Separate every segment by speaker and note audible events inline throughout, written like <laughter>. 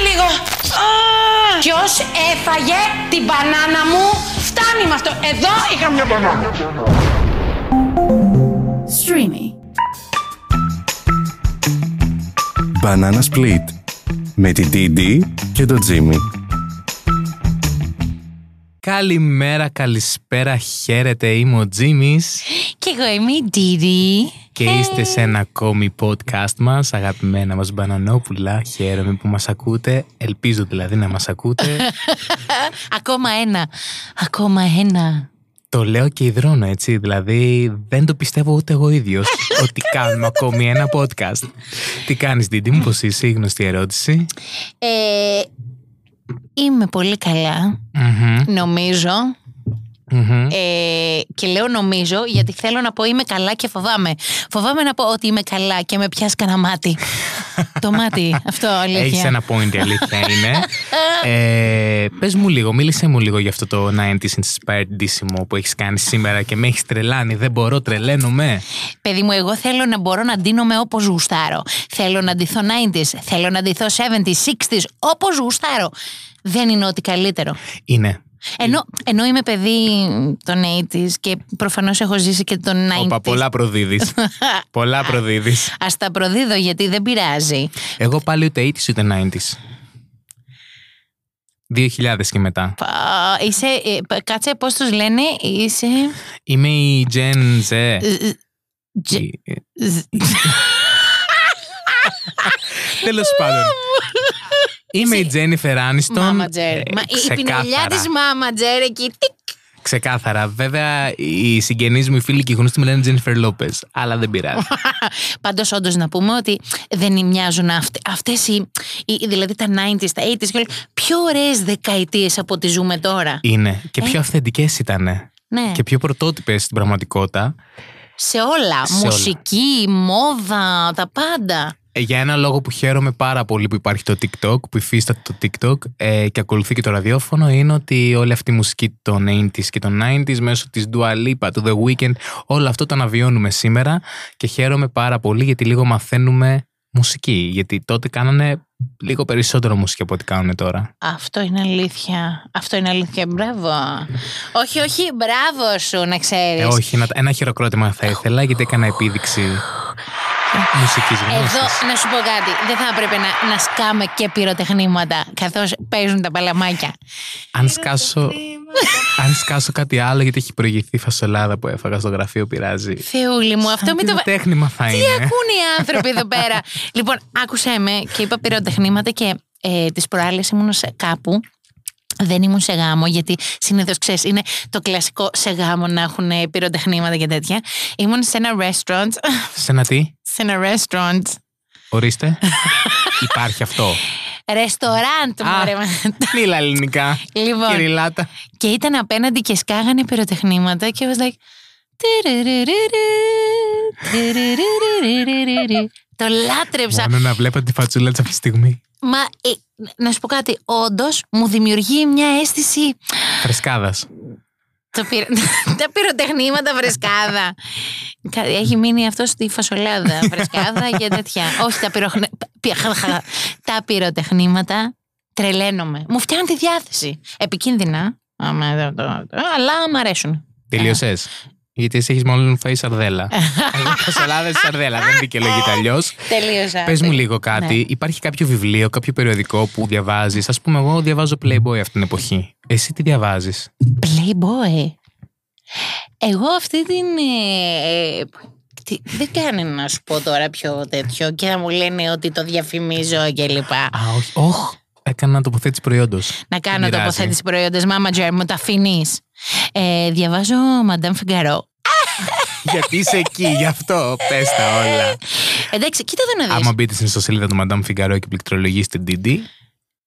Speaker 1: λίγο. Ποιος έφαγε την μπανάνα μου. Φτάνει με αυτό. Εδώ είχα μια μπανάνα.
Speaker 2: Streamy.
Speaker 3: Banana Split με την DD και τον Τζίμι.
Speaker 4: Καλημέρα, καλησπέρα, χαίρετε. Είμαι ο Τζίμις
Speaker 1: Και εγώ είμαι η Ντίδη.
Speaker 4: και είστε σε ένα ακόμη podcast μας. Αγαπημένα μας μπανανόπουλα, χαίρομαι που μας ακούτε. Ελπίζω δηλαδή να μας ακούτε.
Speaker 1: <laughs> Ακόμα ένα. Ακόμα ένα.
Speaker 4: το λέω και υδρώνω έτσι. Δηλαδή δεν το πιστεύω ούτε εγώ ίδιος
Speaker 1: <laughs>
Speaker 4: ότι κάνουμε ακόμη ένα podcast. Τι κάνεις, Ντίντι μου, πώ είσαι, η γνωστή ερώτηση.
Speaker 1: Ε, είμαι πολύ καλά,
Speaker 4: Μμμ,
Speaker 1: νομίζω.
Speaker 4: μμμ.
Speaker 1: Ε, και λέω νομίζω γιατί θέλω να πω είμαι καλά και φοβάμαι. Φοβάμαι να πω ότι είμαι καλά και με πιάσει κανένα μάτι. το
Speaker 4: <laughs>
Speaker 1: μάτι, αυτό αλήθεια.
Speaker 4: Έχεις ένα point, η αλήθεια είναι.
Speaker 1: <laughs>
Speaker 4: ε, Πες μου λίγο, μίλησε μου λίγο για αυτό το 90s inspired dissimo που έχεις κάνει σήμερα και με έχεις τρελάνει. Δεν μπορώ, τρελαίνομαι.
Speaker 1: Παιδί μου, εγώ θέλω να μπορώ να ντύνομαι όπως γουστάρω. Θέλω να ντυθώ 90s, θέλω να ντυθώ 70s, 60s, όπως γουστάρω. Δεν είναι ότι καλύτερο.
Speaker 4: Είναι.
Speaker 1: Ενώ, ενώ είμαι παιδί των 80s και προφανώς έχω ζήσει και τον 90s.
Speaker 4: Όπα, πολλά προδίδεις.
Speaker 1: <laughs>
Speaker 4: πολλά προδίδεις.
Speaker 1: Α τα προδίδω γιατί δεν πειράζει.
Speaker 4: Εγώ πάλι ούτε 80s ούτε 90s. 2000 και μετά.
Speaker 1: Πα, Είσαι, ε, πα- κάτσε πώς τους λένε, είσαι.
Speaker 4: Είμαι η Gen Z.
Speaker 1: Τζε-
Speaker 4: Τέλος πάντων.
Speaker 1: <laughs>
Speaker 4: Είμαι η Jennifer Aniston.
Speaker 1: Μάματζερ.
Speaker 4: ε,
Speaker 1: Μα η- Η πινελιά
Speaker 4: ξεκάθαρα.
Speaker 1: τη μάματζερ εκεί. τικ.
Speaker 4: Ξεκάθαρα. Βέβαια, οι συγγενείς μου, οι φίλοι και οι γνωστοί μου λένε Τζένιφερ Λόπες. Αλλά δεν πειράζει.
Speaker 1: Πάντως, όντως να πούμε ότι δεν μοιάζουν αυτές οι, οι- Δηλαδή τα 90s, τα 80s και όλα. Πιο ωραίες δεκαετίες από ό,τι ζούμε τώρα.
Speaker 4: Είναι. Και πιο αυθεντικές ήταν.
Speaker 1: Ναι.
Speaker 4: Και πιο πρωτότυπες στην πραγματικότητα.
Speaker 1: Σε όλα.
Speaker 4: σε όλα.
Speaker 1: Μουσική, μόδα, τα πάντα.
Speaker 4: Ε, Για ένα λόγο που χαίρομαι πάρα πολύ που υπάρχει το TikTok, που υφίσταται το TikTok ε, και ακολουθεί και το ραδιόφωνο, είναι ότι όλη αυτή η μουσική των 80s και των 90s μέσω της Dua Lipa, του The Weeknd, όλο αυτό το αναβιώνουμε σήμερα και χαίρομαι πάρα πολύ γιατί λίγο μαθαίνουμε μουσική. Γιατί τότε κάνανε λίγο περισσότερο μουσική από ό,τι κάνουν τώρα.
Speaker 1: Αυτό είναι αλήθεια. Αυτό είναι αλήθεια. Μπράβο. όχι, όχι, μπράβο σου να ξέρεις.
Speaker 4: Ε, όχι, να- ένα χειροκρότημα θα ήθελα γιατί έκανα επίδειξη μουσικής γνώσης.
Speaker 1: Εδώ να σου πω κάτι. Δεν θα έπρεπε να, να σκάμε και πυροτεχνήματα καθώς παίζουν τα παλαμάκια.
Speaker 4: Αν σκάσω, αν σκάσω κάτι άλλο, γιατί έχει προηγηθεί η φασολάδα που έφαγα στο γραφείο, πειράζει.
Speaker 1: Θεούλη μου, αυτό μην το. βα-
Speaker 4: τέχνημα θα
Speaker 1: Τι
Speaker 4: είναι.
Speaker 1: ακούν οι άνθρωποι εδώ
Speaker 4: <laughs>
Speaker 1: πέρα. λοιπόν, άκουσέ με και είπα πυροτεχνήματα και ε, τις προάλλες ήμουν σε κάπου. Δεν ήμουν σε γάμο, γιατί συνήθως ξέρεις, είναι το κλασικό σε γάμο να έχουν ε, πυροτεχνήματα και τέτοια. Ήμουν σε ένα restaurant. <laughs>
Speaker 4: Σε ένα τι,
Speaker 1: σε ένα restaurant. <laughs>
Speaker 4: ορίστε. Υπάρχει αυτό.
Speaker 1: Ρεστοράντ,
Speaker 4: Α.
Speaker 1: μωρέ.
Speaker 4: Μίλα ελληνικά.
Speaker 1: <laughs> Λοιπόν.
Speaker 4: Κυριλάτα.
Speaker 1: Και ήταν απέναντι και σκάγανε πυροτεχνήματα και I was like... «Τυρυρυρυρυρι, τυρυρυρυρυρι». Το λάτρεψα.
Speaker 4: Μόνο να βλέπω τη φατσούλα της αυτή τη στιγμή.
Speaker 1: Μα ε, να σου πω κάτι, όντως μου δημιουργεί μια αίσθηση.
Speaker 4: Φρεσκάδας.
Speaker 1: Ε. Το πυρο- <laughs> τα πυροτεχνήματα βρεσκάδα. Κα- Έχει μείνει αυτό στη φασολάδα. Βρεσκάδα και τέτοια. Όχι, τα, πυροχνε- πυ- χα- χα- τα πυροτεχνήματα τρελαίνομαι. Μου φτιάχνουν τη διάθεση. Επικίνδυνα. άμα δεν το- Αλλά μ' αρέσουν.
Speaker 4: Τελείωσες. Γιατί εσύ έχεις μόνο φάει σαρδέλα. Εγώ φασολάδα στη σαρδέλα. Δεν
Speaker 1: Ε.
Speaker 4: δικαιολογείται αλλιώ.
Speaker 1: Τελείωσα.
Speaker 4: Πες μου λίγο κάτι.
Speaker 1: Ναι.
Speaker 4: Υπάρχει κάποιο βιβλίο, κάποιο περιοδικό που διαβάζεις. Ας πούμε, εγώ διαβάζω Playboy αυτή την εποχή. Εσύ τι διαβάζεις.
Speaker 1: Playboy. Εγώ αυτή την. ε, ε, τι- δεν κάνει να σου πω τώρα πιο τέτοιο και θα μου λένε ότι το διαφημίζω και λοιπά.
Speaker 4: Α, όχι. Όχ, έκανα τοποθέτηση προϊόντος.
Speaker 1: Να κάνω
Speaker 4: πειράζει.
Speaker 1: τοποθέτηση προϊόντα. Mama Jerry, μου τα αφήνεις. Ε, διαβάζω Madame Figaro.
Speaker 4: Γιατί είσαι εκεί, γι' αυτό πες τα όλα.
Speaker 1: Εντάξει, κοίτα εδώ να δεις.
Speaker 4: Άμα μπείτε στην ιστοσελίδα του Madame Figaro και πληκτρολογήσετε DD,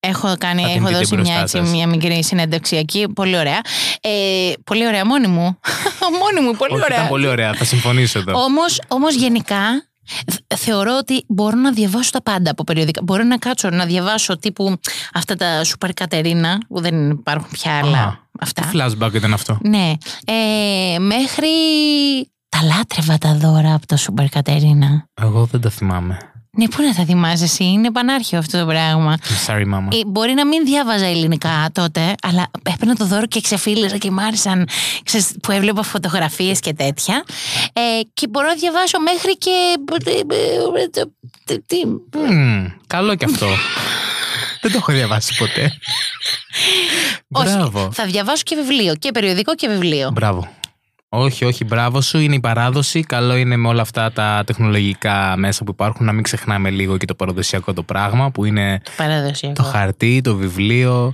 Speaker 1: Έχω, κάνει,
Speaker 4: Θα την
Speaker 1: έχω
Speaker 4: δείτε
Speaker 1: δώσει μια,
Speaker 4: μπροστά
Speaker 1: έτσι,
Speaker 4: σας.
Speaker 1: μια μικρή συνέντευξη εκεί. Πολύ ωραία. Ε, πολύ ωραία, μόνη μου. <laughs> μόνη μου, πολύ
Speaker 4: Όχι,
Speaker 1: ωραία.
Speaker 4: ήταν πολύ ωραία, θα συμφωνήσω εδώ.
Speaker 1: Όμως, όμως γενικά θ- θεωρώ ότι μπορώ να διαβάσω τα πάντα από περιοδικά. Μπορώ να κάτσω να διαβάσω τύπου αυτά τα Σούπερ Κατερίνα που δεν υπάρχουν πια άλλα.
Speaker 4: Α,
Speaker 1: αυτά.
Speaker 4: Τι flashback ήταν αυτό.
Speaker 1: Ναι. Ε, μέχρι τα λάτρευα τα δώρα από το Σούπερ Κατερίνα.
Speaker 4: Εγώ δεν τα θυμάμαι.
Speaker 1: Ναι, πού να τα θυμάσαι εσύ, είναι πανάρχιο αυτό το πράγμα.
Speaker 4: Sorry, μάμα.
Speaker 1: Ε, μπορεί να μην διάβαζα ελληνικά τότε, αλλά έπαιρνα το δώρο και ξεφύλιζα και μ' άρεσαν ξέρεις, που έβλεπα φωτογραφίες και τέτοια. Ε, και μπορώ να διαβάσω μέχρι και. ε, Τι.
Speaker 4: Μμμ, καλό κι αυτό. Δεν το έχω διαβάσει ποτέ. Μπράβο.
Speaker 1: Όχι, θα διαβάσω και βιβλίο. Και περιοδικό και βιβλίο.
Speaker 4: Μπράβο. Όχι, όχι, μπράβο σου. Είναι η παράδοση. Καλό είναι με όλα αυτά τα τεχνολογικά μέσα που υπάρχουν να μην ξεχνάμε λίγο και το παραδοσιακό το πράγμα που είναι το
Speaker 1: Παραδοσιακό.
Speaker 4: χαρτί, το βιβλίο.
Speaker 1: Α-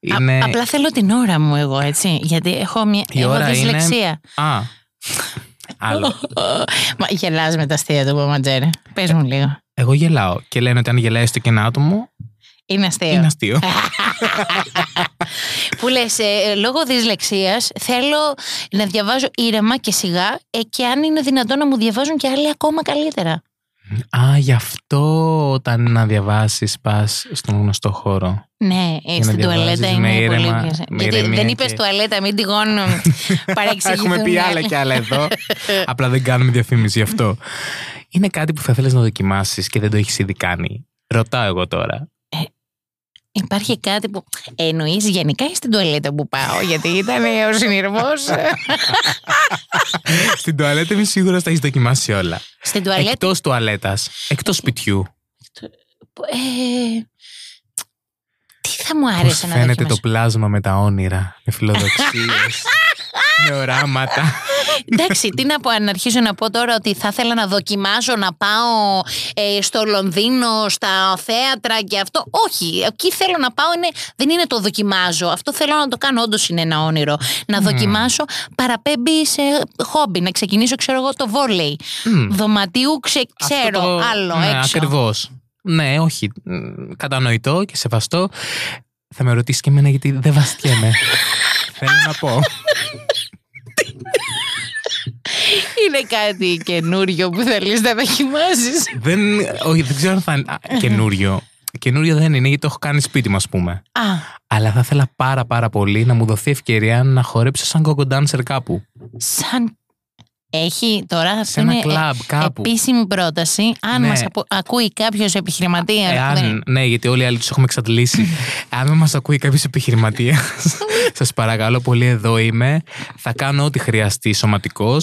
Speaker 4: Είναι...
Speaker 1: απλά θέλω την ώρα μου εγώ, έτσι. Γιατί έχω, μια,
Speaker 4: Η
Speaker 1: έχω
Speaker 4: ώρα είναι-
Speaker 1: δυσλεξία.
Speaker 4: Α. Άλλο.
Speaker 1: Μα γελάς με τα αστεία του Παπαντζέρε. Πες μου λίγο.
Speaker 4: Εγώ γελάω και λένε ότι αν γελάει στο και ένα άτομο
Speaker 1: Είναι αστείο.
Speaker 4: είναι αστείο.
Speaker 1: ε. Που λες, λόγω δυσλεξίας θέλω να διαβάζω ήρεμα και σιγά ε, και αν είναι δυνατόν να μου διαβάζουν και άλλοι ακόμα καλύτερα.
Speaker 4: Α, γι' αυτό όταν να διαβάσεις, πας στον γνωστό χώρο.
Speaker 1: Ναι, ε,
Speaker 4: να
Speaker 1: στην
Speaker 4: διαβάζεις
Speaker 1: τουαλέτα
Speaker 4: με
Speaker 1: είναι
Speaker 4: ήρεμα,
Speaker 1: πολύ πιο.
Speaker 4: με
Speaker 1: Γιατί
Speaker 4: ηρεμία
Speaker 1: δεν
Speaker 4: και-
Speaker 1: είπες τουαλέτα, μην τυχόν
Speaker 4: <laughs>
Speaker 1: παρεξηγηθούν. ναι.
Speaker 4: Έχουμε πει άλλα και άλλα
Speaker 1: <laughs>
Speaker 4: εδώ. Απλά δεν κάνουμε διαφήμιση γι' αυτό. Είναι κάτι που θα θέλεις να δοκιμάσεις και δεν το έχεις ήδη κάνει. Ρωτάω εγώ
Speaker 1: <laughs>
Speaker 4: τώρα.
Speaker 1: Υπάρχει κάτι που εννοείς γενικά ή στην τουαλέτα που πάω, γιατί ήταν ε, ο συνειρμός.
Speaker 4: <laughs> Στην τουαλέτα είμαι σίγουρα τα έχεις δοκιμάσει όλα.
Speaker 1: στην τουαλέτα.
Speaker 4: Εκτός τουαλέτας, εκτός σπιτιού.
Speaker 1: ε, τι θα μου
Speaker 4: Πώ
Speaker 1: άρεσε να
Speaker 4: φαίνεται το
Speaker 1: δοκιμάσω.
Speaker 4: πλάσμα με τα όνειρα, με φιλοδοξίες,
Speaker 1: <laughs>
Speaker 4: με οράματα.
Speaker 1: Εντάξει, τι να πω, αν αρχίζω να πω τώρα ότι θα ήθελα να δοκιμάζω να πάω ε, στο Λονδίνο, στα θέατρα και αυτό. Όχι, εκεί θέλω να πάω, είναι, δεν είναι το δοκιμάζω. Αυτό θέλω να το κάνω, όντως είναι ένα όνειρο. Να
Speaker 4: Ναι.
Speaker 1: δοκιμάσω παραπέμπει σε χόμπι, να ξεκινήσω, ξέρω εγώ, το βόλεϊ.
Speaker 4: Μμμ.
Speaker 1: Δωματίου, ξε-
Speaker 4: Αυτό
Speaker 1: ξέρω,
Speaker 4: το-
Speaker 1: άλλο
Speaker 4: ναι,
Speaker 1: έξω.
Speaker 4: Ακριβώς. Ναι, όχι. Μ, Κατανοητό και σεβαστό. Θα με ρωτήσεις και εμένα γιατί δεν βαστιέμαι.
Speaker 1: <laughs>
Speaker 4: Θέλω να πω.
Speaker 1: Είναι κάτι καινούριο που θέλεις να δοκιμάζεις.
Speaker 4: δεν, όχι, δεν ξέρω αν θα είναι
Speaker 1: <laughs>
Speaker 4: α, καινούριο. Καινούριο δεν είναι γιατί το έχω κάνει σπίτι μου, ας πούμε.
Speaker 1: Α,
Speaker 4: Αλλά θα ήθελα πάρα πάρα πολύ να μου δοθεί ευκαιρία να χορέψω σαν κόκο ντάνσερ κάπου.
Speaker 1: σαν. Έχει τώρα
Speaker 4: Σε
Speaker 1: αυτό
Speaker 4: ένα
Speaker 1: είναι
Speaker 4: κλαμπ κάπου.
Speaker 1: Επίσημη πρόταση. Αν
Speaker 4: Ναι.
Speaker 1: μας απο- ακούει κάποιος επιχειρηματίας. δεν-
Speaker 4: Εάν, ναι, γιατί όλοι οι άλλοι τους έχουμε
Speaker 1: <laughs>
Speaker 4: εξαντλήσει. Αν μας ακούει κάποιος επιχειρηματίας, σας παρακαλώ πολύ, εδώ είμαι. Θα κάνω ό,τι χρειαστεί σωματικός.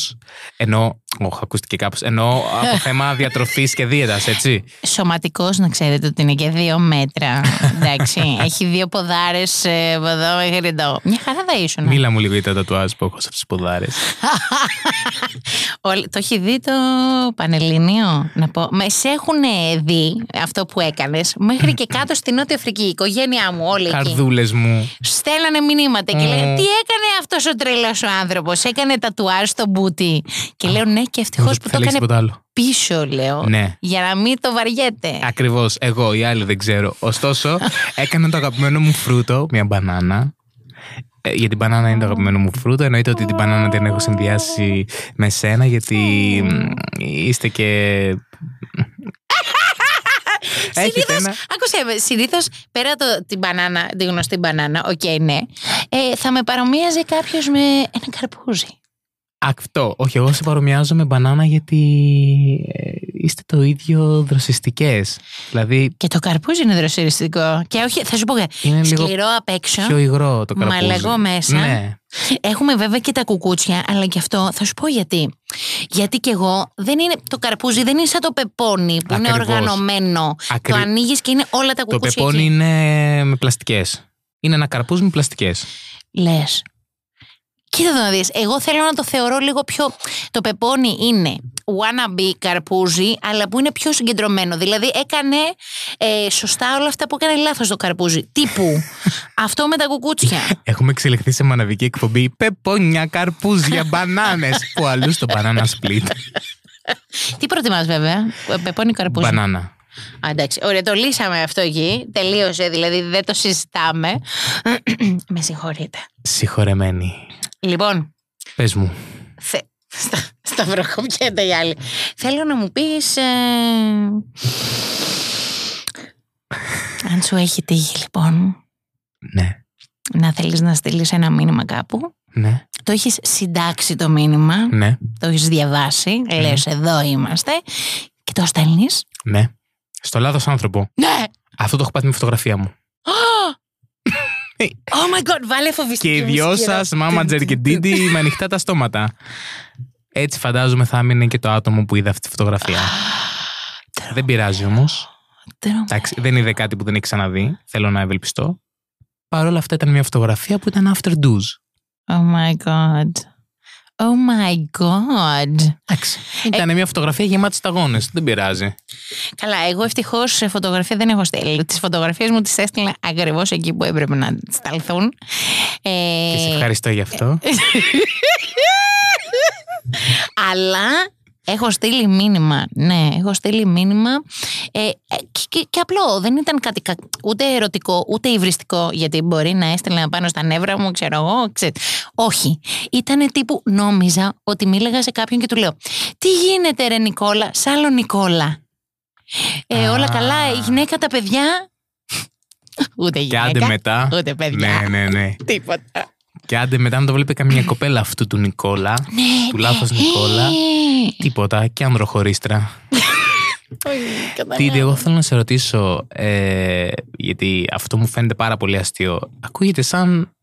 Speaker 4: Ενώ. Οχ, ακούστηκε κάπως. Ενώ από
Speaker 1: <laughs>
Speaker 4: θέμα διατροφής και δίαιτας, έτσι.
Speaker 1: Σωματικός να ξέρετε ότι είναι και δύο
Speaker 4: <laughs>
Speaker 1: μέτρα. Εντάξει. έχει δύο ποδάρες από εδώ μέχρι εδώ. Μια χαρά θα ήσουν.
Speaker 4: Μίλα μου λίγο για τα τατουάζ που έχω σε τις ποδάρες.
Speaker 1: Όλοι- το έχει δει το Πανελληνίο. Να πω. Μα σε έχουν δει αυτό που έκανες μέχρι και κάτω στη Νότια Αφρική. Η οικογένειά μου, όλοι εκεί.
Speaker 4: Καρδούλες μου.
Speaker 1: Στέλνανε μηνύματα και
Speaker 4: Mm.
Speaker 1: λέγανε Τι έκανες αυτός ο τρελός ο άνθρωπος. Έκανε τατουάζ στο μπούτι. Και λέω Ναι, και ευτυχώς που το
Speaker 4: Θα λέξει
Speaker 1: έκανε
Speaker 4: τίποτα άλλο.
Speaker 1: πίσω, λέω.
Speaker 4: Ναι.
Speaker 1: Για να μην το βαριέται.
Speaker 4: Ακριβώς. Εγώ, οι άλλοι δεν ξέρω. Ωστόσο,
Speaker 1: <laughs>
Speaker 4: έκανα το αγαπημένο μου φρούτο, μια μπανάνα. Ε, για την μπανάνα είναι το αγαπημένο μου φρούτο. Εννοείται ότι την μπανάνα την έχω συνδυάσει με σένα, γιατί μ, είστε και.
Speaker 1: <laughs>
Speaker 4: Έχετε
Speaker 1: Συνήθως,
Speaker 4: ένα.
Speaker 1: άκουσε με, συνήθως πέρα το, την μπανάνα, τη γνωστή μπανάνα, οκ, ναι, ε, θα με παρομοίαζε κάποιος με ένα καρπούζι.
Speaker 4: Αυτό. Όχι, εγώ σε παρομοιάζω με μπανάνα γιατί ε, είστε το ίδιο δροσιστικές. Δηλαδή
Speaker 1: Και το καρπούζι είναι δροσυριστικό. Και όχι, θα σου πω κάτι.
Speaker 4: είναι λίγο
Speaker 1: Σκληρό απ' έξω.
Speaker 4: πιο υγρό το καρπούζι.
Speaker 1: Μαλαγό μέσα.
Speaker 4: Ναι.
Speaker 1: Έχουμε βέβαια και τα κουκούτσια, αλλά και αυτό θα σου πω γιατί. Γιατί κι εγώ δεν είναι. Το καρπούζι δεν είναι σαν το πεπόνι που είναι
Speaker 4: Ακριβώς.
Speaker 1: οργανωμένο.
Speaker 4: Ακρι-
Speaker 1: Το ανοίγεις και είναι όλα τα
Speaker 4: Το
Speaker 1: κουκούτσια.
Speaker 4: πεπόνι είναι με πλαστικές. Είναι ένα καρπούζι με πλαστικές.
Speaker 1: Λες. Κοίτα το να δεις. Εγώ θέλω να το θεωρώ λίγο πιο. Το πεπόνι είναι wannabe καρπούζι, αλλά που είναι πιο συγκεντρωμένο. Δηλαδή έκανε ε, σωστά όλα αυτά που έκανε λάθος το καρπούζι. Τύπου. αυτό με τα κουκούτσια.
Speaker 4: Έχουμε εξελιχθεί σε μοναδική εκπομπή πεπόνια, καρπούζια, μπανάνες. που αλλού στο banana split.
Speaker 1: Τι προτιμάς, βέβαια. Ε, Πεπόνι ή καρπούζι.
Speaker 4: Μπανάνα.
Speaker 1: Α, εντάξει, ωραία, το λύσαμε αυτό εκεί. Τελείωσε, δηλαδή δεν το συζητάμε. <clears throat> Με συγχωρείτε.
Speaker 4: Συγχωρεμένη.
Speaker 1: Λοιπόν,
Speaker 4: Πες μου.
Speaker 1: θε... στα, σταυροκοπιέται η άλλη. Θέλω να μου πεις... ε, Αν σου έχει τύχει λοιπόν
Speaker 4: Ναι.
Speaker 1: να θέλεις να στείλεις ένα μήνυμα κάπου,
Speaker 4: Ναι.
Speaker 1: το έχεις συντάξει το μήνυμα,
Speaker 4: Ναι.
Speaker 1: το έχεις διαβάσει, λες εδώ είμαστε και το στέλνεις
Speaker 4: Ναι. στο λάθος άνθρωπο.
Speaker 1: Ναι!
Speaker 4: Αυτό το έχω πάθει με φωτογραφία μου.
Speaker 1: Oh my god, βάλε φοβιστική
Speaker 4: Και οι δυο
Speaker 1: μουσική, ρε.
Speaker 4: σας, μάμαντζερ και ντίντι, με ανοιχτά τα στόματα. Έτσι φαντάζομαι θα έμεινε και το άτομο που είδε αυτή τη φωτογραφία. δεν πειράζει όμως.
Speaker 1: Τρομερό.
Speaker 4: Εντάξει, δεν είδε κάτι που δεν έχει ξαναδεί. Θέλω να ευελπιστώ. Παρ' όλα αυτά ήταν μια φωτογραφία που ήταν after do's.
Speaker 1: Oh my god. Oh my god.
Speaker 4: Εντάξει. Ήταν μια φωτογραφία γεμάτη σταγόνε. Δεν πειράζει.
Speaker 1: Καλά, εγώ ευτυχώς φωτογραφία δεν έχω στέλνει. Τις φωτογραφίες μου τις έστειλα ακριβώς εκεί που έπρεπε να σταλθούν. Ε,
Speaker 4: Και σε ευχαριστώ γι' αυτό.
Speaker 1: Αλλά έχω στείλει μήνυμα. Ναι, έχω στείλει μήνυμα. Ε, ε, και, και- και απλό. Δεν ήταν κάτι κα- ούτε ερωτικό, ούτε υβριστικό. Γιατί μπορεί να έστελνα πάνω στα νεύρα μου, ξέρω εγώ. Ξέρετε. Όχι. Ήτανε τύπου νόμιζα ότι μίλαγα σε κάποιον και του λέω Τι γίνεται, Ρε Νικόλα, σ' άλλο Νικόλα. Ε, όλα
Speaker 4: Α.
Speaker 1: καλά, η γυναίκα, τα παιδιά. Ούτε
Speaker 4: Και
Speaker 1: γυναίκα.
Speaker 4: άντε μετά.
Speaker 1: Ούτε παιδιά.
Speaker 4: Ναι, ναι, ναι.
Speaker 1: Τίποτα.
Speaker 4: Και άντε μετά να το βλέπει καμία κοπέλα αυτού του Νικόλα.
Speaker 1: Ναι,
Speaker 4: Του λάθος
Speaker 1: ναι.
Speaker 4: Νικόλα. Τίποτα. Και ανδροχωρίστρα.
Speaker 1: Όχι,
Speaker 4: Τίτι,
Speaker 1: καταλαβαίνω.
Speaker 4: εγώ θέλω να σε ρωτήσω, ε, γιατί αυτό μου φαίνεται πάρα πολύ αστείο. Ακούγεται σαν,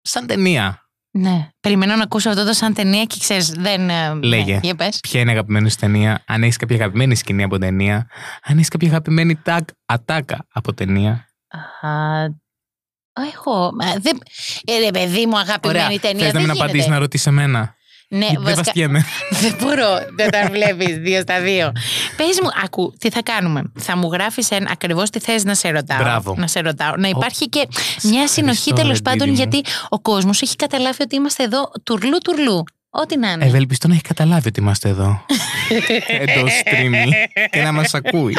Speaker 4: σαν ταινία.
Speaker 1: Ναι. Περιμένω να ακούσω αυτό το σαν ταινία και ξέρεις, δεν. ε,
Speaker 4: Λέγε.
Speaker 1: Ναι, για πες.
Speaker 4: Ποια είναι η αγαπημένη σου ταινία, αν έχεις κάποια αγαπημένη σκηνή από ταινία, αν έχεις κάποια αγαπημένη τάκ, ατάκα από ταινία.
Speaker 1: Α, έχω. μα, δεν- Ε, ρε, παιδί μου, αγαπημένη ταινία.
Speaker 4: Θες
Speaker 1: δεν
Speaker 4: να μην
Speaker 1: γίνεται.
Speaker 4: απαντήσεις να ρωτήσεις εμένα.
Speaker 1: Ναι,
Speaker 4: Δεν
Speaker 1: βασικά-
Speaker 4: βαστιέμαι.
Speaker 1: <laughs> Δεν μπορώ. Δεν τα βλέπεις δύο στα δύο. Πες μου, ακού, τι θα κάνουμε. Θα μου γράφεις ακριβώς τι θες να σε ρωτάω.
Speaker 4: Μπράβο.
Speaker 1: Να σε ρωτάω. Να υπάρχει και μια
Speaker 4: ευχαριστώ,
Speaker 1: συνοχή
Speaker 4: ρε,
Speaker 1: τέλο
Speaker 4: Ντίδη
Speaker 1: πάντων,
Speaker 4: μου.
Speaker 1: γιατί ο κόσμος έχει καταλάβει ότι είμαστε εδώ τουρλού τουρλού. Ό,τι να είναι.
Speaker 4: Ε, Ευελπιστώ να έχει καταλάβει ότι είμαστε εδώ. Εντός streaming και να μας ακούει.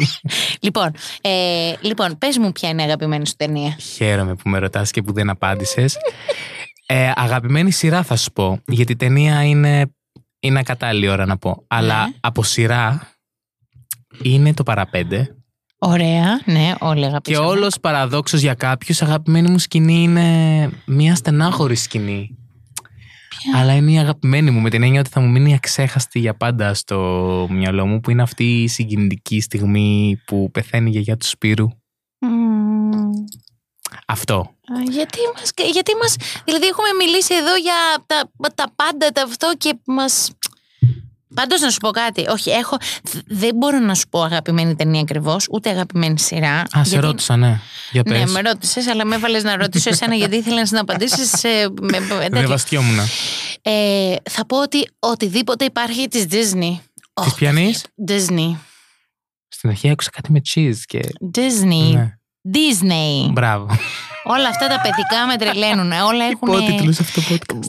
Speaker 1: Λοιπόν, ε, λοιπόν πες μου, ποια είναι η αγαπημένη σου ταινία.
Speaker 4: Χαίρομαι που με ρωτάς και που δεν απάντησες. Ε, αγαπημένη σειρά θα σου πω, γιατί η ταινία είναι, είναι ακατάλληλη ώρα να πω. Αλλά
Speaker 1: Ναι.
Speaker 4: από σειρά είναι το παραπέντε.
Speaker 1: Ωραία, ναι, όλοι αγαπητοί.
Speaker 4: Και όλος παραδόξως για κάποιους, αγαπημένη μου σκηνή είναι μια στενάχωρη σκηνή. Αλλά είναι η αγαπημένη μου με την έννοια ότι θα μου μείνει αξέχαστη για πάντα στο μυαλό μου που είναι αυτή η συγκινητική στιγμή που πεθαίνει η γιαγιά του Σπύρου. Αυτό.
Speaker 1: γιατί μας, γιατί μας, δηλαδή έχουμε μιλήσει εδώ για τα, τα πάντα τα αυτό και μας... Πάντως να σου πω κάτι, όχι έχω, δεν μπορώ να σου πω αγαπημένη ταινία ακριβώς, ούτε αγαπημένη σειρά.
Speaker 4: Α, σε ρώτησα, ναι. Για πες.
Speaker 1: Ναι, με ρώτησες, αλλά με έβαλες να ρωτήσω εσένα γιατί ήθελες να απαντήσεις. Ε, με- με-
Speaker 4: Δεν
Speaker 1: τέτοιο.
Speaker 4: βαστιόμουν.
Speaker 1: ε, θα πω ότι οτιδήποτε υπάρχει της Disney.
Speaker 4: Της
Speaker 1: Oh,
Speaker 4: πιανής.
Speaker 1: Disney.
Speaker 4: Στην αρχή άκουσα κάτι με cheese και.
Speaker 1: Disney.
Speaker 4: Ναι.
Speaker 1: Disney.
Speaker 4: Μπράβο.
Speaker 1: Όλα αυτά τα παιδικά με τρελαίνουν. Όλα έχουν.
Speaker 4: Υπότιτλο αυτό το podcast.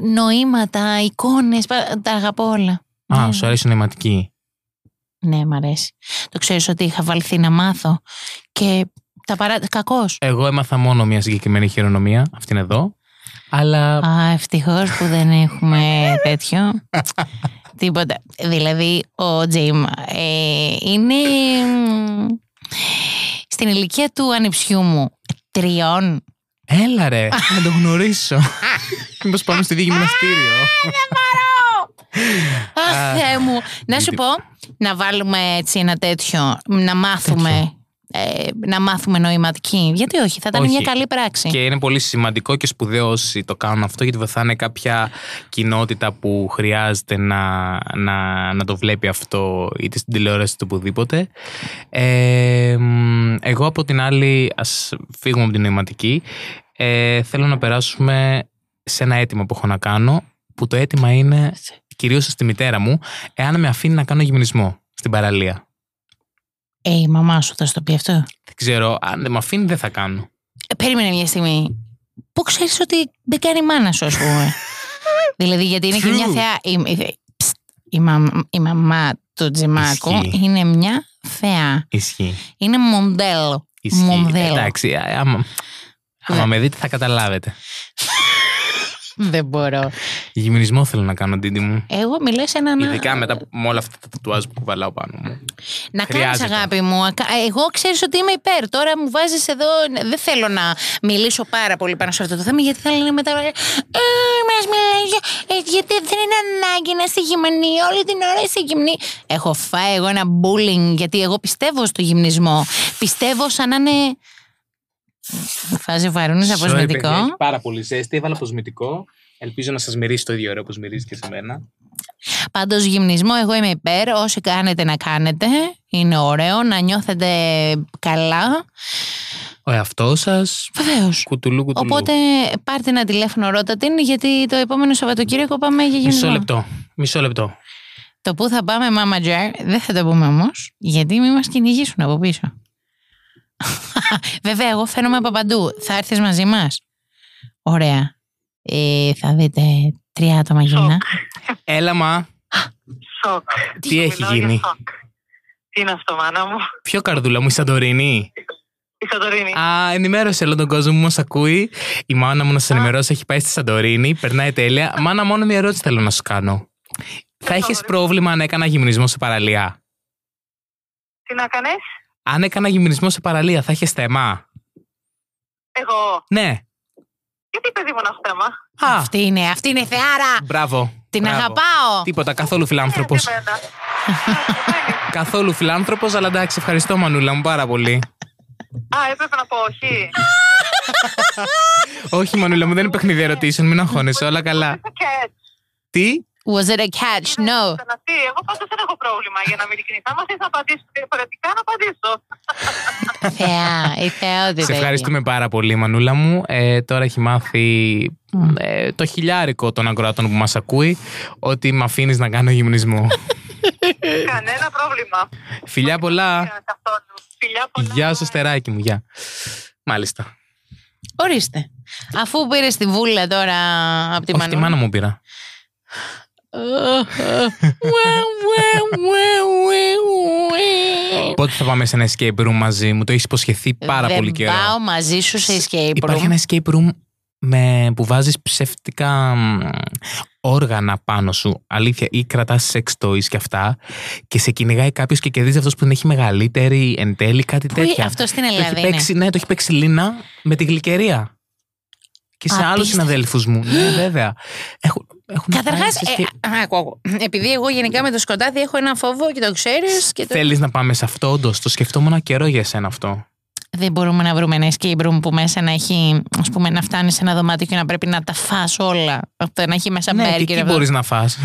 Speaker 1: νοήματα, εικόνες. Τα αγαπώ όλα.
Speaker 4: Α,
Speaker 1: Ναι.
Speaker 4: σου αρέσει η νοηματική.
Speaker 1: Ναι, μ' αρέσει. Το ξέρεις ότι είχα βαλθεί να μάθω. Και τα παρά. Κακός.
Speaker 4: Εγώ έμαθα μόνο μια συγκεκριμένη χειρονομία, αυτήν εδώ. Αλλά
Speaker 1: Α, ευτυχώς που δεν έχουμε τέτοιο. Τίποτα. Δηλαδή, ο Τζέιμ ε, είναι μ, στην ηλικία του ανιψιού μου. Τριών.
Speaker 4: έλα ρε, να το γνωρίσω. Μήπως πάμε στο ίδιο γυμναστήριο.
Speaker 1: Αχ,
Speaker 4: Αχ,
Speaker 1: Θεέ μου. Να σου
Speaker 4: γιατί-
Speaker 1: πω, να βάλουμε έτσι ένα τέτοιο, να μάθουμε, ε, να μάθουμε νοηματική. Γιατί όχι, θα ήταν
Speaker 4: Όχι.
Speaker 1: μια καλή πράξη.
Speaker 4: και είναι πολύ σημαντικό και σπουδαίο όσοι το κάνουν αυτό, γιατί βοηθάνε κάποια κοινότητα που χρειάζεται να, να, να το βλέπει αυτό, είτε στην τηλεόραση είτε οπουδήποτε. Ε, μ, εγώ από την άλλη, ας φύγουμε από την νοηματική, ε, θέλω να περάσουμε σε ένα αίτημα που έχω να κάνω, που το αίτημα είναι κυρίως στη μητέρα μου, εάν με αφήνει να κάνω γυμνισμό στην παραλία.
Speaker 1: Ε, η μαμά σου θα σου το πει αυτό.
Speaker 4: Δεν ξέρω, αν δεν με αφήνει δεν θα κάνω.
Speaker 1: Ε, περίμενε μια στιγμή. Πού ξέρεις ότι δεν κάνει η μάνα σου, ας
Speaker 4: <laughs>
Speaker 1: πούμε. δηλαδή, γιατί είναι και μια
Speaker 4: True.
Speaker 1: θεά. Η, η- ψτ, η μαμ- η μαμά του Τζιμάκου
Speaker 4: Ισχύει.
Speaker 1: είναι μια θεά.
Speaker 4: Ισχύει.
Speaker 1: Είναι μοντέλο.
Speaker 4: Ισχύει.
Speaker 1: Μοντέλο.
Speaker 4: Εντάξει, α- άμα, άμα
Speaker 1: Ναι.
Speaker 4: με δείτε θα καταλάβετε.
Speaker 1: Δεν μπορώ.
Speaker 4: Γυμνισμό θέλω να κάνω, Ντίντι μου.
Speaker 1: Εγώ μιλάω σε έναν.
Speaker 4: Ειδικά μετά με όλα αυτά τα τατουάζ που βαλάω πάνω μου.
Speaker 1: Να κάνεις
Speaker 4: Χρειάζεται.
Speaker 1: αγάπη μου. Ακα- Εγώ ξέρεις ότι είμαι υπέρ. Τώρα μου βάζεις εδώ. ναι, Δεν θέλω να μιλήσω πάρα πολύ πάνω σε αυτό το θέμα, γιατί θα λένε μετά. Ε, μας μιλάει. για- ε, γιατί δεν είναι ανάγκη να είσαι γυμνή. Όλη την ώρα είσαι γυμνή. Έχω φάει εγώ ένα bullying, γιατί εγώ πιστεύω στο γυμνισμό. Πιστεύω σαν να είναι. Φάζει βαρύνους
Speaker 4: Sorry, παιδιά,
Speaker 1: αποσμητικό.
Speaker 4: έχει Πάρα πολύ ζέστη. Έβαλα αποσμητικό. Ελπίζω να σας μυρίσει το ίδιο ωραίο όπω μυρίζει και σε μένα.
Speaker 1: Πάντως, γυμνισμό, εγώ είμαι υπέρ. Όσοι κάνετε, να κάνετε. Είναι ωραίο να νιώθετε καλά.
Speaker 4: Ο εαυτός σας.
Speaker 1: Βεβαίως.
Speaker 4: Κουτουλού, κουτουλού.
Speaker 1: Οπότε πάρτε ένα τηλέφωνο, ρώτα την, γιατί το επόμενο Σαββατοκύριακο πάμε για
Speaker 4: Μισό
Speaker 1: γυμνισμό.
Speaker 4: λεπτό. Μισό λεπτό.
Speaker 1: Το που θα πάμε, Mama Jar, δεν θα το πούμε όμως, γιατί μη μας κυνηγήσουν από πίσω. <laughs> Βέβαια, εγώ φαίνομαι από παντού. Θα έρθεις μαζί μας. Ωραία. Ε, θα δείτε τρία άτομα γυμνά.
Speaker 4: Έλα μα.
Speaker 2: Σοκ.
Speaker 4: Τι
Speaker 2: Σου
Speaker 4: έχει
Speaker 2: μιλάω για
Speaker 4: γίνει?
Speaker 2: σοκ. Τι είναι αυτό, μάνα μου.
Speaker 4: Ποιο καρδούλα μου, η Σαντορίνη.
Speaker 2: Η Σαντορίνη.
Speaker 4: Α, ενημέρωσε όλο τον κόσμο που μας ακούει. Η μάνα μου να σας ενημερώσει, έχει πάει στη Σαντορίνη, περνάει τέλεια. Μάνα, μόνο μια ερώτηση θέλω να σου κάνω. Θα είχε πρόβλημα αν έκανα γυμνισμό σε παραλία.
Speaker 2: Τι να κάνεις.
Speaker 4: Αν έκανα γυμνισμό σε παραλία, θα είχε θέμα.
Speaker 2: Εγώ.
Speaker 4: Ναι.
Speaker 2: Γιατί παιδί μου να έχω θέμα.
Speaker 4: Α,
Speaker 1: Αυτή είναι, αυτή είναι η θεάρα.
Speaker 4: μπράβο.
Speaker 1: Την
Speaker 4: μπράβο.
Speaker 1: αγαπάω.
Speaker 4: Τίποτα, καθόλου φιλάνθρωπος.
Speaker 2: Ε, εμένα. Εντάξει.
Speaker 4: καθόλου φιλάνθρωπος, αλλά εντάξει, ευχαριστώ, Μανούλα μου πάρα πολύ.
Speaker 2: Α, έπρεπε να πω όχι.
Speaker 4: Όχι, Μανούλα μου, δεν είναι παιχνίδι ερωτήσεων, μην αγχώνεσαι, όλα καλά.
Speaker 2: Είσαι catch.
Speaker 4: Τι,
Speaker 1: Was it a catch?
Speaker 2: Είναι
Speaker 1: No.
Speaker 2: καταναστή. Εγώ πάντως δεν έχω πρόβλημα για να μην ειλικρινή. Άμα θες να απαντήσω διαφορετικά, να απαντήσω.
Speaker 1: Θεά, η θεότητα.
Speaker 4: Σε
Speaker 1: είναι.
Speaker 4: ευχαριστούμε πάρα πολύ, Μανούλα μου. Ε, τώρα έχει μάθει ε, το χιλιάρικο των ακροατών που μας ακούει ότι με αφήνεις να κάνω
Speaker 1: <laughs>
Speaker 4: γυμνισμό. Ε.
Speaker 2: Κανένα πρόβλημα.
Speaker 4: Φιλιά πολλά.
Speaker 2: Καθόλου. Φιλιά πολλά.
Speaker 4: Γεια σου, στεράκι μου. Γεια. Μάλιστα.
Speaker 1: Ορίστε. Αφού πήρες τη βούλα τώρα από τη
Speaker 4: Όχι, τη
Speaker 1: Μανούλα.
Speaker 4: μάνα μου πήρα. Πότε θα πάμε σε ένα escape room μαζί μου, το έχεις υποσχεθεί πάρα
Speaker 1: Ε. Δεν
Speaker 4: πολύ καιρό.
Speaker 1: Πάω μαζί σου σε escape
Speaker 4: Υπάρχει
Speaker 1: room.
Speaker 4: ένα escape room με, που βάζεις ψεύτικα μ, όργανα πάνω σου, αλήθεια, ή κρατάς σεξ toys και αυτά και σε κυνηγάει κάποιος και κερδίζει αυτός που την έχει μεγαλύτερη εν τέλει, κάτι
Speaker 1: Πού
Speaker 4: τέτοια.
Speaker 1: είναι- Αυτός στην
Speaker 4: το
Speaker 1: Ελλάδα
Speaker 4: έχει
Speaker 1: είναι.
Speaker 4: παίξει, ναι, το έχει παίξει Λίνα με τη γλυκερία. Και σε άλλους
Speaker 1: Απίστευτο.
Speaker 4: συναδέλφους μου. Ναι, βέβαια. Έχουν, έχουν
Speaker 1: Καταρχάς,
Speaker 4: πάει σε escape-
Speaker 1: επειδή εγώ γενικά με το σκοτάδι έχω ένα φόβο και το ξέρεις. Το...
Speaker 4: Θέλεις να πάμε σε αυτό, όντως. Το σκεφτόμουν καιρό για σένα αυτό.
Speaker 1: Δεν μπορούμε να βρούμε ένα escape room που μέσα να έχει, ας πούμε, να φτάνει σε ένα δωμάτιο και να πρέπει να τα φας όλα. Αυτό να έχει μέσα
Speaker 4: ναι, και
Speaker 1: μπέργκερ.
Speaker 4: εκεί
Speaker 1: αυτό.
Speaker 4: μπορείς να
Speaker 1: <laughs>
Speaker 4: φας.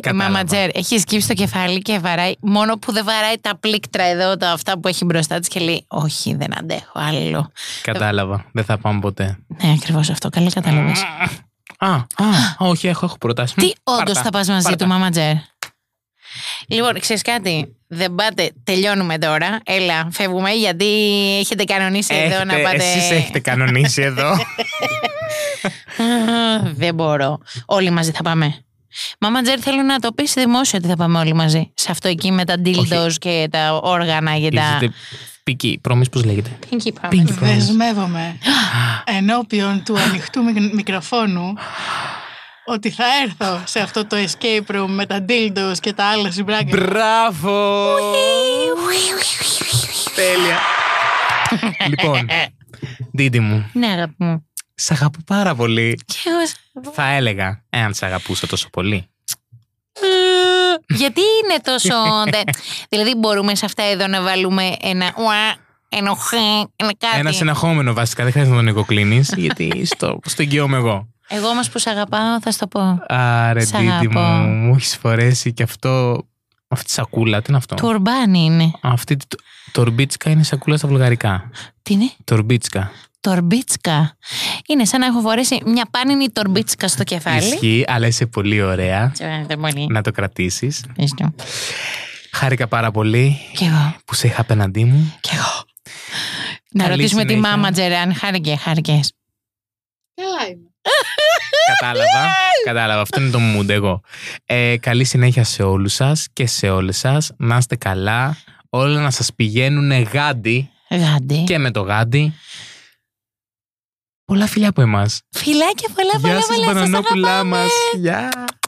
Speaker 4: Κατάλαβα.
Speaker 1: Oh. Μάμα Τζέρ, έχει σκύψει το κεφάλι και βαράει. Μόνο που δεν βαράει τα πλήκτρα εδώ, τα αυτά που έχει μπροστά της και λέει: Όχι, δεν αντέχω άλλο.
Speaker 4: Κατάλαβα. Δεν θα πάμε ποτέ.
Speaker 1: Ναι, ακριβώς αυτό. Καλά κατάλαβες.
Speaker 4: Α, α, όχι, έχω, έχω προτάσει.
Speaker 1: Τι
Speaker 4: Πάρ'
Speaker 1: όντω
Speaker 4: τα,
Speaker 1: θα πας μαζί
Speaker 4: πάρ'
Speaker 1: του,
Speaker 4: τα.
Speaker 1: Μάμα Τζέρ. Λοιπόν, ξέρεις κάτι. Δεν πάτε, τελειώνουμε τώρα. Έλα, φεύγουμε γιατί έχετε κανονίσει εδώ να
Speaker 4: Έχετε-
Speaker 1: πάτε.
Speaker 4: Εσείς έχετε κανονίσει εδώ.
Speaker 1: Α, <laughs> δεν μπορώ. Όλοι μαζί θα πάμε. Μάμα Τζέρ, θέλω να το πεις δημόσια ότι θα πάμε όλοι μαζί. Σε αυτό εκεί με τα dildos και τα όργανα για τα.
Speaker 4: Είστε πικί, προμής πώς λέγεται.
Speaker 1: Pinky promise.
Speaker 4: Pinky promise.
Speaker 5: Δεσμεύομαι ενώπιον του ανοιχτού μικ- μικροφόνου ότι θα έρθω σε αυτό το escape room με τα dildos και τα άλλα συμπράγματα.
Speaker 4: Μπράβο! Τέλεια. Λοιπόν, Ντίντι μου,
Speaker 1: Ναι, αγάπη μου.
Speaker 4: σ' αγαπώ πάρα πολύ.
Speaker 1: Και εγώ σ' αγαπώ.
Speaker 4: Θα έλεγα, εάν σ' αγαπούσα τόσο πολύ.
Speaker 1: Γιατί είναι τόσο. δε-
Speaker 4: <laughs>
Speaker 1: δηλαδή, μπορούμε σε αυτά εδώ να βάλουμε ένα. ουα, Ένα χ, ένα κάτι.
Speaker 4: Ένα στεναχόμενο βασικά, δεν χρειάζεται να τον
Speaker 1: <laughs>
Speaker 4: οικοκλίνεις, γιατί στο, στο εγγυώμαι εγώ.
Speaker 1: Εγώ όμως που σε αγαπάω, θα σου το πω.
Speaker 4: Άρε,
Speaker 1: Σ'
Speaker 4: Ντίντι μου,
Speaker 1: αγαπώ.
Speaker 4: μου έχεις φορέσει και αυτό. Αυτή τη σακούλα, τι είναι αυτό.
Speaker 1: Τουρμπάνι είναι.
Speaker 4: Αυτή τη- το- τορμπίτσκα είναι σακούλα στα βουλγαρικά.
Speaker 1: Τι είναι?
Speaker 4: Τορμπίτσκα.
Speaker 1: Τορμπίτσκα. Είναι σαν να έχω φορέσει μια πάνινη τορμπίτσκα στο κεφάλι.
Speaker 4: Ισχύει, Ναι. αλλά είσαι πολύ ωραία.
Speaker 1: Ξέρω, Δεν μπορεί.
Speaker 4: Να το κρατήσεις.
Speaker 1: Ευχαριστώ.
Speaker 4: Χάρηκα πάρα πολύ
Speaker 1: Κι εγώ.
Speaker 4: που σε είχα απέναντί μου.
Speaker 1: Κι εγώ. Να
Speaker 4: Καλή
Speaker 1: ρωτήσουμε τη
Speaker 4: συνέχεια.
Speaker 1: μάμα αν χάρηκε, χάρηκες.
Speaker 5: Καλά είμαι.
Speaker 4: Κατάλαβα. Κατάλαβα. Αυτό είναι το mood εγώ. Ε, καλή συνέχεια σε όλους σας και σε όλες σας. Να είστε καλά. Όλα να σας πηγαίνουν γάντι.
Speaker 1: Γάντι.
Speaker 4: και με το γάντι. Πολλά φιλιά από εμάς.
Speaker 1: Φιλάκια πολλά, πολλά,
Speaker 4: Γεια σας
Speaker 1: πολλά. Σας
Speaker 4: Πανανόπουλά
Speaker 1: αγαπάμε.
Speaker 4: μας. Γεια.